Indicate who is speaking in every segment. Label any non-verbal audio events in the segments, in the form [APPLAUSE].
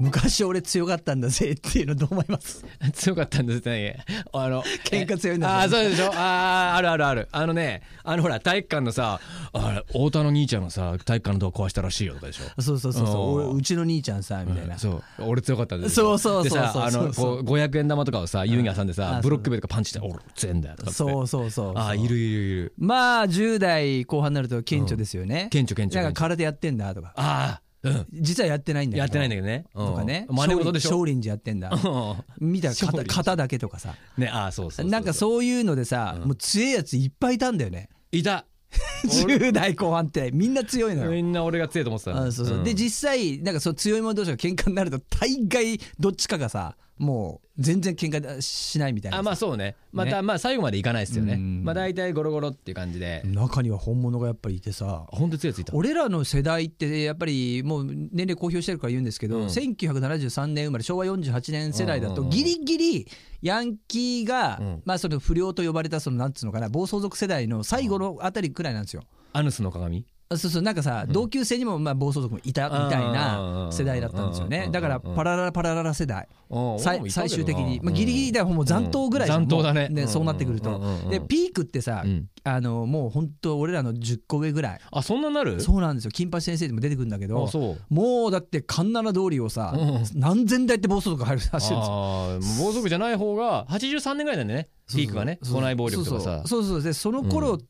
Speaker 1: 昔俺強かったんだぜっていうのどう思います
Speaker 2: [LAUGHS] 強かったんですって何あの
Speaker 1: [LAUGHS] 喧嘩強いんだ
Speaker 2: ああーそうでしょあああるあるあるあのねあのほら体育館のさあれ太田の兄ちゃんがさ体育館のドア壊したらしいよとかでしょ
Speaker 1: そうそうそうそう
Speaker 2: うん
Speaker 1: 俺うちの兄ちゃんさみたいな、
Speaker 2: そう俺強かったんです
Speaker 1: そうそう
Speaker 2: でさ
Speaker 1: そう
Speaker 2: あ
Speaker 1: そう
Speaker 2: の
Speaker 1: そう
Speaker 2: こう500円玉とかをさ優に挟んで
Speaker 1: あ
Speaker 2: さ
Speaker 1: そう
Speaker 2: ブロック塀とかパンチして「俺強えんだよ」とかって
Speaker 1: そうそうそう
Speaker 2: あーいるいるいる
Speaker 1: まあ10代後半になると顕著ですよね、
Speaker 2: 顕著顕著
Speaker 1: なんか空手やってんだとか
Speaker 2: ああうん
Speaker 1: 実はやってないんだけど
Speaker 2: やってないんだけどね
Speaker 1: とかね
Speaker 2: 真似事でしょ
Speaker 1: 少林寺やってんだ
Speaker 2: うん
Speaker 1: 見たら
Speaker 2: 少
Speaker 1: 型
Speaker 2: 林
Speaker 1: 型だけとかさ
Speaker 2: ねああそうそう
Speaker 1: なんか
Speaker 2: う
Speaker 1: そういうのでさ、もう強いやついっぱいいたんだよね
Speaker 2: いた
Speaker 1: 10代後半ってみんな強いのよ
Speaker 2: みんな俺が強いと思ってたの
Speaker 1: あそうそう
Speaker 2: うん
Speaker 1: で実際なんかそう強い者同士が喧嘩になると大概どっちかがさもう全然喧嘩しないみたいな
Speaker 2: あまあそうねま
Speaker 1: ね
Speaker 2: たまあ最後までいかないですよね
Speaker 1: うん
Speaker 2: まあ大体ゴロゴロっていう感じで
Speaker 1: 中には本物がやっぱりいてさ
Speaker 2: 本当に強いやついた
Speaker 1: 俺らの世代ってやっぱりもう年齢公表してるから言うんですけど、
Speaker 2: うん
Speaker 1: 1973年生まれ昭和48年世代だ
Speaker 2: うんう
Speaker 1: と
Speaker 2: んうん
Speaker 1: ギリギリヤンキーが、
Speaker 2: うん
Speaker 1: まあその不良と呼ばれたそのなんつうのかな暴走族世代の最後のあたりくらいなんですよ。
Speaker 2: アヌスの鏡
Speaker 1: あそうそうなんかさ、同級生にもまあ暴走族もいたみたいな世代だったんですよ
Speaker 2: うんうんうんう
Speaker 1: ね
Speaker 2: ん
Speaker 1: だからパラララパラララ世代
Speaker 2: うん俺も
Speaker 1: 最
Speaker 2: いたけどな
Speaker 1: 最終的に、
Speaker 2: う
Speaker 1: まあ、
Speaker 2: ん
Speaker 1: ギリギリだよもう残党ぐらいじゃん
Speaker 2: うん残党だね
Speaker 1: もう
Speaker 2: うん
Speaker 1: そうなってくると、
Speaker 2: うんうんうん
Speaker 1: でピークってさ、
Speaker 2: うん
Speaker 1: あのもう本当俺らの10個上ぐらい
Speaker 2: あそんななる
Speaker 1: そうなんですよ金八先生でも出てくるんだけど
Speaker 2: あそう
Speaker 1: もうだって神奈川通りをさ、
Speaker 2: う
Speaker 1: 何千台って暴走族入る走るんですよ
Speaker 2: ああ暴走族じゃない方が83年ぐらいなんだよねピークがね
Speaker 1: そうそう
Speaker 2: 校内暴力とかさ
Speaker 1: そうそうそうそうでその頃って、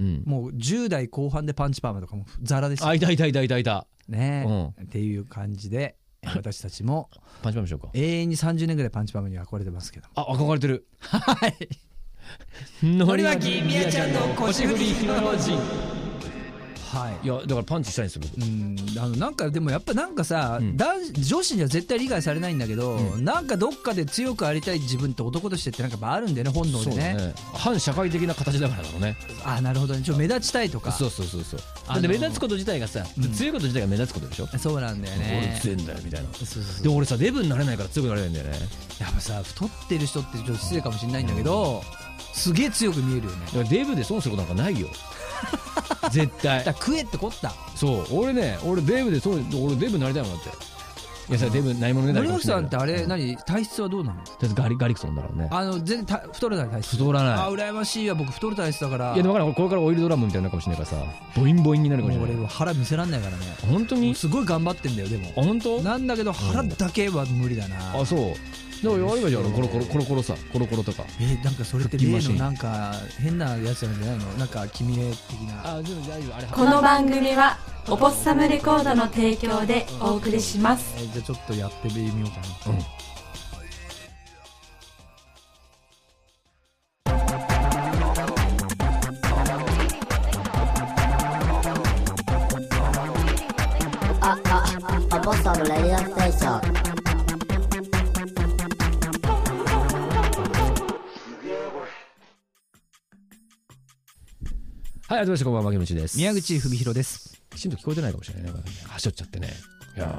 Speaker 2: うん
Speaker 1: もう10代後半でパンチパーマとかもザラでした
Speaker 2: あいたいたいたいたいた
Speaker 1: ね、っていう感じで私たちも
Speaker 2: パンチパンでしょうか
Speaker 1: 永遠に30年ぐらいパンチパーマに憧れてますけど
Speaker 2: あ憧れてる [LAUGHS]
Speaker 1: はい
Speaker 2: 森
Speaker 1: 森脇美也ちゃんの腰振りヒロロジンはい
Speaker 2: いやだからパンチしたいんですよ僕
Speaker 1: うんあのなんかでもやっぱなんかさ、
Speaker 2: ん
Speaker 1: 男子女子には絶対理解されないんだけど、なんかどっかで強くありたい自分と男としてってなんかやっぱあるんだよね本能で
Speaker 2: そう
Speaker 1: ね
Speaker 2: だね反社会的な形だからだろうね
Speaker 1: あなるほどねちょっと目立ちたいとか
Speaker 2: そ
Speaker 1: そう
Speaker 2: そうそうそう
Speaker 1: あ
Speaker 2: だ
Speaker 1: の
Speaker 2: って目立つこと自体がさ強いこと自体が目立つことでしょ
Speaker 1: うなんだよ
Speaker 2: 俺
Speaker 1: ね
Speaker 2: 強いんだよみたいな
Speaker 1: そうそうそう
Speaker 2: で俺さデブになれないから強くなれないんだよね
Speaker 1: やっぱさ太ってる人ってちょっと失礼かもしれないんだけどすげえ強く見えるよね
Speaker 2: だからデブで損することなんかない [LAUGHS] よ絶対
Speaker 1: だから食えってこった
Speaker 2: そう俺ね俺デブでそう俺デブになりたいもんだっていやさデブないものねだり
Speaker 1: 森脇
Speaker 2: かもしれな
Speaker 1: さ
Speaker 2: い
Speaker 1: んってあれ何体質はどうなの
Speaker 2: だってガリガリクソンだからね
Speaker 1: あの全然た太らない体質
Speaker 2: 太らない
Speaker 1: あ羨ましいわ僕太る体質だから
Speaker 2: いやでも分からん俺これからオイルドラムみたいになるかもしれないからさボインボインになるかもし
Speaker 1: もう
Speaker 2: れ
Speaker 1: 俺
Speaker 2: ない
Speaker 1: は腹見せらんないからね
Speaker 2: 本当に
Speaker 1: すごい頑張ってんだよでも
Speaker 2: あ本当
Speaker 1: なんだけど腹だけは無理だな、
Speaker 2: あそうだからやればいいじゃん俺コロコロコロコロさコロコロとか
Speaker 1: えなんかそれって
Speaker 2: 腹筋
Speaker 1: 例
Speaker 2: マシ
Speaker 1: の
Speaker 2: ン
Speaker 1: なんか変なやつなんじゃないのなんか君へ的な
Speaker 2: あでも大丈夫あれ
Speaker 3: この番組はオポッサムレコードの提供でお送りします
Speaker 1: えじゃあちょっとやってみようかな、
Speaker 4: あ、あ、アポストムレディオステーション。
Speaker 2: はいありがとうございましたこんばんは牧野内です
Speaker 1: 宮口文博です
Speaker 2: きちんと聞こえてないかもしれないねはしょっちゃってねいや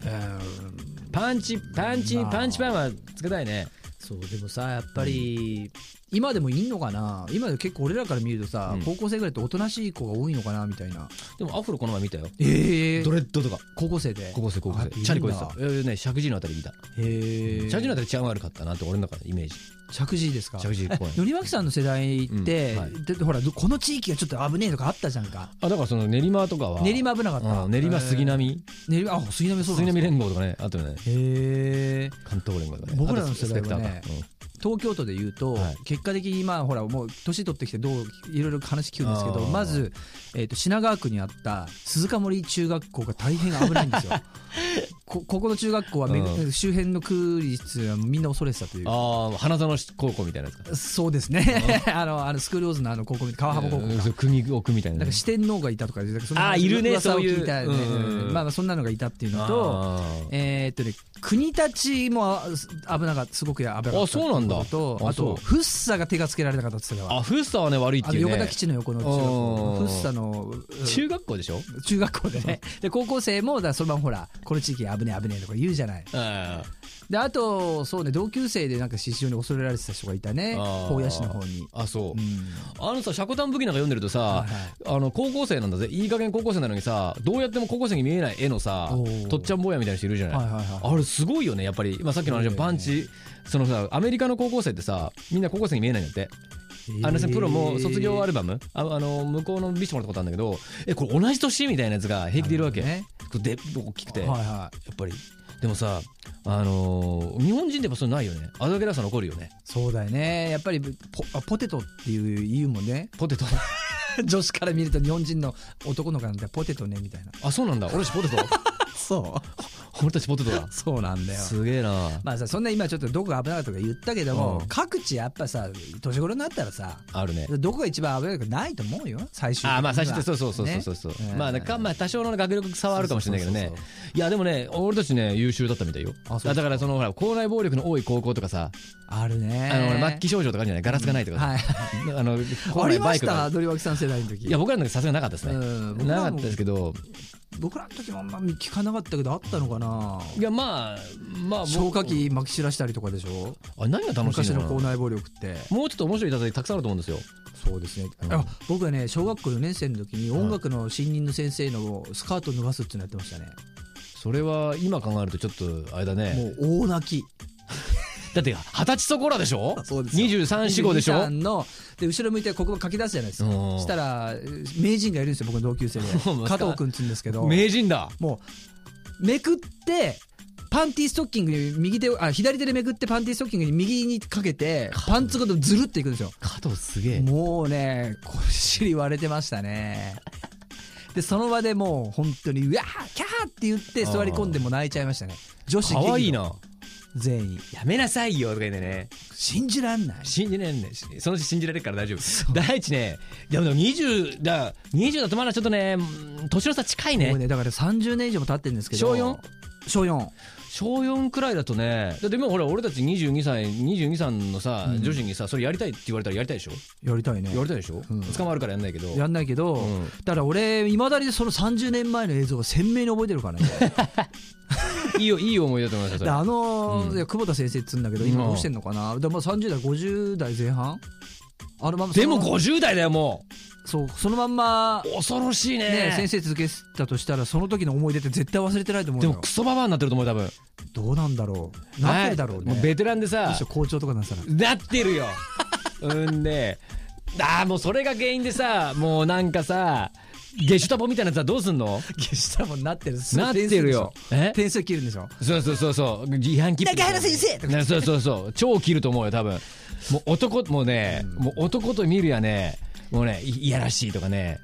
Speaker 2: ーパンチパンチ
Speaker 1: まあ
Speaker 2: パンチパンはつけたいね
Speaker 1: そうでもさやっぱり、今でもいんのかな今で結構俺らから見るとさ、
Speaker 2: うん
Speaker 1: 高校生ぐらいっておとなしい子が多いのかなみたいな
Speaker 2: でもアフロこの前見たよ
Speaker 1: ええ
Speaker 2: ドレッドとか
Speaker 1: 高校生で
Speaker 2: 高校生高校
Speaker 1: あやっぱいる
Speaker 2: 生
Speaker 1: んだ
Speaker 2: チャリこいてたいやいやね石神井のあたり見た
Speaker 1: へえ
Speaker 2: 石神井のあたり治安悪かったなって俺の中のイメージ
Speaker 1: 着地ですか
Speaker 2: 石神井公園
Speaker 1: のりまきさんの世代って、
Speaker 2: うんはい
Speaker 1: でほらこの地域がちょっと危ねえとかあったじゃんか
Speaker 2: あだからその練馬とかは
Speaker 1: 練馬危なかった
Speaker 2: うん練馬杉並
Speaker 1: 練馬あ杉並そうな
Speaker 2: 杉
Speaker 1: んですか
Speaker 2: 並連合とかねあとね
Speaker 1: へえ
Speaker 2: 関東連合とかね
Speaker 1: 僕らの
Speaker 2: あと
Speaker 1: 世代はね
Speaker 2: スペクターか
Speaker 1: 東京都で言うと、
Speaker 2: はい
Speaker 1: 結果的に今ほらもう年取ってきてどういろいろ話聞くんですけど
Speaker 2: あー
Speaker 1: まず、えー、と品川区にあった鈴鹿森中学校が大変危ないん
Speaker 2: [LAUGHS]
Speaker 1: ですよこここの中学校はめぐ、
Speaker 2: う
Speaker 1: 周辺の区立はみんな恐れてたという
Speaker 2: うんああ花園高校みたいなやつか
Speaker 1: そうですね [LAUGHS] あのあのスクールオーズのあの高校み川幅高校か
Speaker 2: うんそう組奥みたいな
Speaker 1: なん
Speaker 2: ね
Speaker 1: か四天王がいたとか、なんかその
Speaker 2: あーいるね
Speaker 1: 噂を聞たよね
Speaker 2: そういううん
Speaker 1: まあまあそんなのがいたっていうのと、
Speaker 2: あー
Speaker 1: えーっとね、国立もあす危なかった、すごく危なかったってい
Speaker 2: あそうなんだ
Speaker 1: ことと、
Speaker 2: あ
Speaker 1: あ
Speaker 2: そ
Speaker 1: と、
Speaker 2: う
Speaker 1: フッサが手がつけられなかったって言ってたわ。
Speaker 2: あフッサはね悪いっ
Speaker 1: あ
Speaker 2: て
Speaker 1: の
Speaker 2: いう
Speaker 1: 横田
Speaker 2: ね
Speaker 1: 基地の横の中学
Speaker 2: う
Speaker 1: 校、
Speaker 2: ん
Speaker 1: フッサのうん
Speaker 2: 中学校でしょ
Speaker 1: 中学校でね、で高校生も、だからそのままほら、この地域危ねえ危ねえとか言うじゃない。
Speaker 2: あ
Speaker 1: であとそうね同級生でなんか獅子王に恐れられてた人がいたね
Speaker 2: あー
Speaker 1: 高野市の方に、
Speaker 2: あそう、
Speaker 1: うん、
Speaker 2: あのさ尺談武器なんか読んでるとさ、
Speaker 1: はい
Speaker 2: あの高校生なんだぜいい加減高校生なのにさどうやっても高校生に見えない絵のさ
Speaker 1: おー
Speaker 2: とっちゃん坊やみたいな人いるじゃない、
Speaker 1: はいはいはい
Speaker 2: あれすごいよねやっぱり、まあ、さっきの話
Speaker 1: そうだ
Speaker 2: の
Speaker 1: よね
Speaker 2: パンチそのさアメリカの高校生ってさみんな高校生に見えないんだってあのさプロも卒業アルバムああの向こうのビシもらったことあるんだけどえこれ同じ年みたいなやつが平気でいるわけ、
Speaker 1: ね
Speaker 2: で大きくて、
Speaker 1: はい
Speaker 2: や
Speaker 1: はい
Speaker 2: っぱりでもさあのー日本人でもそれないよねあざけらさん残るよね
Speaker 1: そうだよねやっぱりポあポテトっていう言うもんね
Speaker 2: ポテト
Speaker 1: 女子から見ると日本人の男の子なんてポテトねみたいな
Speaker 2: あそ
Speaker 1: [LAUGHS]
Speaker 2: うなんだ俺たち [LAUGHS] ポテト
Speaker 1: そ
Speaker 2: 俺たちポテトだ
Speaker 1: うそうなんだよ
Speaker 2: すげえな
Speaker 1: まあさそんな今ちょっとどこが危なかったとか言ったけども、
Speaker 2: うん
Speaker 1: 各地やっぱさ年頃になったらさ
Speaker 2: あるね
Speaker 1: どこが一番危ないかないと思うよ最終的には
Speaker 2: あまあ最初ってそうそうそうそうそうそう、
Speaker 1: ね
Speaker 2: まあねかまあ多少の学力差はあるかもしれないけど
Speaker 1: そ
Speaker 2: ね
Speaker 1: うそう
Speaker 2: いやでもね俺たちね優秀だったみたいよ
Speaker 1: あそう
Speaker 2: だからそのほら校内暴力の多い高校とかさ、
Speaker 1: あるね
Speaker 2: あのほら末期症状とかあるじゃないガラスがないとかさ、
Speaker 1: はい
Speaker 2: [LAUGHS] あの
Speaker 1: ありまし
Speaker 2: 校内が
Speaker 1: たドリワキさん世代の時
Speaker 2: いや僕らの時さすがになかったですね、
Speaker 1: うん僕ら
Speaker 2: な
Speaker 1: も
Speaker 2: かったですけど
Speaker 1: 僕らの時もあんま聞かなかったけどあったのかない
Speaker 2: やまあまあ僕
Speaker 1: 消火器まき散らしたりとかでしょ
Speaker 2: あ何が楽し
Speaker 1: 昔
Speaker 2: いの
Speaker 1: の
Speaker 2: か
Speaker 1: 校
Speaker 2: な
Speaker 1: 内暴力って
Speaker 2: もうちょっと面白い例えたくさんあると思うんですよ
Speaker 1: そうですね、
Speaker 2: うん
Speaker 1: あ僕はね小学校4年生の時に音楽の新任の先生のスカートを脱がすっていうのやってましたね、
Speaker 2: それは今考えるとちょっとあれだね
Speaker 1: もう大泣き
Speaker 2: だって二十歳そこらでしょ
Speaker 1: そうですよ
Speaker 2: 2345でしょ
Speaker 1: 23ので後ろ向いて黒板書き出すじゃないですか
Speaker 2: うん
Speaker 1: したらえー名人がいるんですよ僕の同 [LAUGHS] 級生で
Speaker 2: もう
Speaker 1: 加藤君っつうんですけど
Speaker 2: 名人だ
Speaker 1: もうめくってパンティーストッキングに右手をあ左手でめくってパンティーストッキングに右にかけてパンツごとずるっていくんですよ
Speaker 2: 加藤すげえ
Speaker 1: もうね尻割れてましたねでその場でもう本当にうわーキャーって言って座り込んでも泣いちゃいましたね女子
Speaker 2: かわいい
Speaker 1: な
Speaker 2: な
Speaker 1: 全員
Speaker 2: やめなさいよとか言ってね
Speaker 1: 信じらんない
Speaker 2: 信じねえんねしそのうち信じられるから大丈夫第一ねでもでも20だ20だとまだちょっとねうん年の差近い
Speaker 1: もう
Speaker 2: ね
Speaker 1: ねだから30年以上も経ってるんですけど
Speaker 2: 小四
Speaker 1: 小4
Speaker 2: 小4くらいだとねだって今ほら俺たち22歳22歳のさ
Speaker 1: うん
Speaker 2: 女子にさそれやりたいって言われたらやりたいでしょ
Speaker 1: やりたいね
Speaker 2: やりたいでしょ
Speaker 1: うん
Speaker 2: 捕まるからやんないけど
Speaker 1: やんないけど、
Speaker 2: うん
Speaker 1: だから俺いまだにその30年前の映像が鮮明に覚えてるからね
Speaker 2: いいよいい思い出だと思いますよそ
Speaker 1: で
Speaker 2: れ
Speaker 1: あのー
Speaker 2: うん
Speaker 1: いや久保田先生っつうんだけど今どうしてんのかな、でも30代50代前半あのまま
Speaker 2: でも
Speaker 1: その
Speaker 2: 50代だよも
Speaker 1: そうそのまんま
Speaker 2: う恐ろしい
Speaker 1: ね先
Speaker 2: ね
Speaker 1: 生続けたとしたらその時の思い出って絶対忘れてないと思う
Speaker 2: で
Speaker 1: よ
Speaker 2: もクソババアになってると思うよ多分
Speaker 1: どうなんだろうなってるだろうね、
Speaker 2: もベテラン
Speaker 1: ど
Speaker 2: で
Speaker 1: う
Speaker 2: さ
Speaker 1: しよう校長とかなんてたら
Speaker 2: なっ
Speaker 1: [LAUGHS]
Speaker 2: てるようんでああもうそれが原因でさもうなんかさゲシュタポみたいなやつはどうすんの
Speaker 1: 下したもんなってる
Speaker 2: なってるよえ
Speaker 1: 点数切るんでしょ
Speaker 2: そうそうそうそう違反切符
Speaker 1: 中原先生
Speaker 2: ねそうそうそう超切ると思うよ多分もう男もうね、もう男と見るやねもうねいいやらしいとかね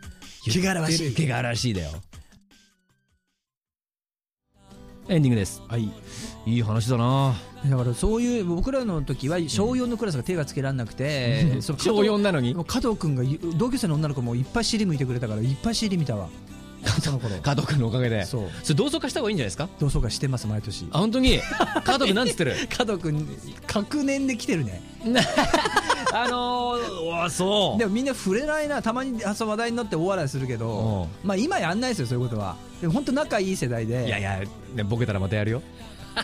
Speaker 1: 汚らわしい
Speaker 2: 言ってる汚らわしいだよエンディングです
Speaker 1: はい
Speaker 2: いい話だな
Speaker 1: だからそういう僕らの時は小4のクラスが手がつけられなくて、その加
Speaker 2: 小
Speaker 1: 藤
Speaker 2: 4なのに
Speaker 1: 加藤君がゆ同級生の女の子もいっぱい尻向いてくれたからいっぱい尻見 [LAUGHS] たわその頃
Speaker 2: 加藤君のおかげで
Speaker 1: そう
Speaker 2: それ同窓化した方がいいんじゃないですか
Speaker 1: 同窓会してます毎年
Speaker 2: あ本当に加藤君なんつっ
Speaker 1: [LAUGHS]
Speaker 2: てる
Speaker 1: 加藤君隔年で来てるね
Speaker 2: あのー、おそう
Speaker 1: でもみんな触れないなたまにあそう話題になって大笑いするけど、まあ今やんないですよそういうことはでも本当仲いい世代で
Speaker 2: いやいや、ね、ボケたらまたやるよ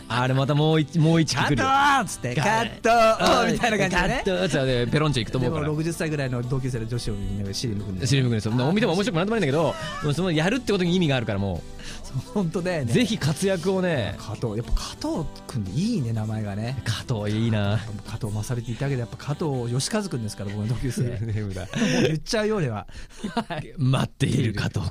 Speaker 2: あれまたもう一もう一
Speaker 1: カ
Speaker 2: 聞
Speaker 1: ッ
Speaker 2: く
Speaker 1: ト
Speaker 2: よ
Speaker 1: ーっつってカットーみたいな感じでね
Speaker 2: カットーってねペロンチョ行くと
Speaker 1: で
Speaker 2: 思う
Speaker 1: も
Speaker 2: から
Speaker 1: 60歳ぐらいの同級生の女子をみんな尻向くんで
Speaker 2: シルブ君ですもう見ても面白くなんともないんだけどでもそのやるってことに意味があるからも
Speaker 1: 本当だよ
Speaker 2: う、
Speaker 1: ね
Speaker 2: ぜひ活躍をね
Speaker 1: 加藤やっぱ加藤君でいいね名前がね
Speaker 2: 加藤いいな
Speaker 1: [LAUGHS] 加藤勝って言ったけどやっぱ加藤
Speaker 2: [LAUGHS]
Speaker 1: 義和君ですから僕の同級生もう
Speaker 2: ね
Speaker 1: 言っちゃうよ俺は
Speaker 2: 待っている加藤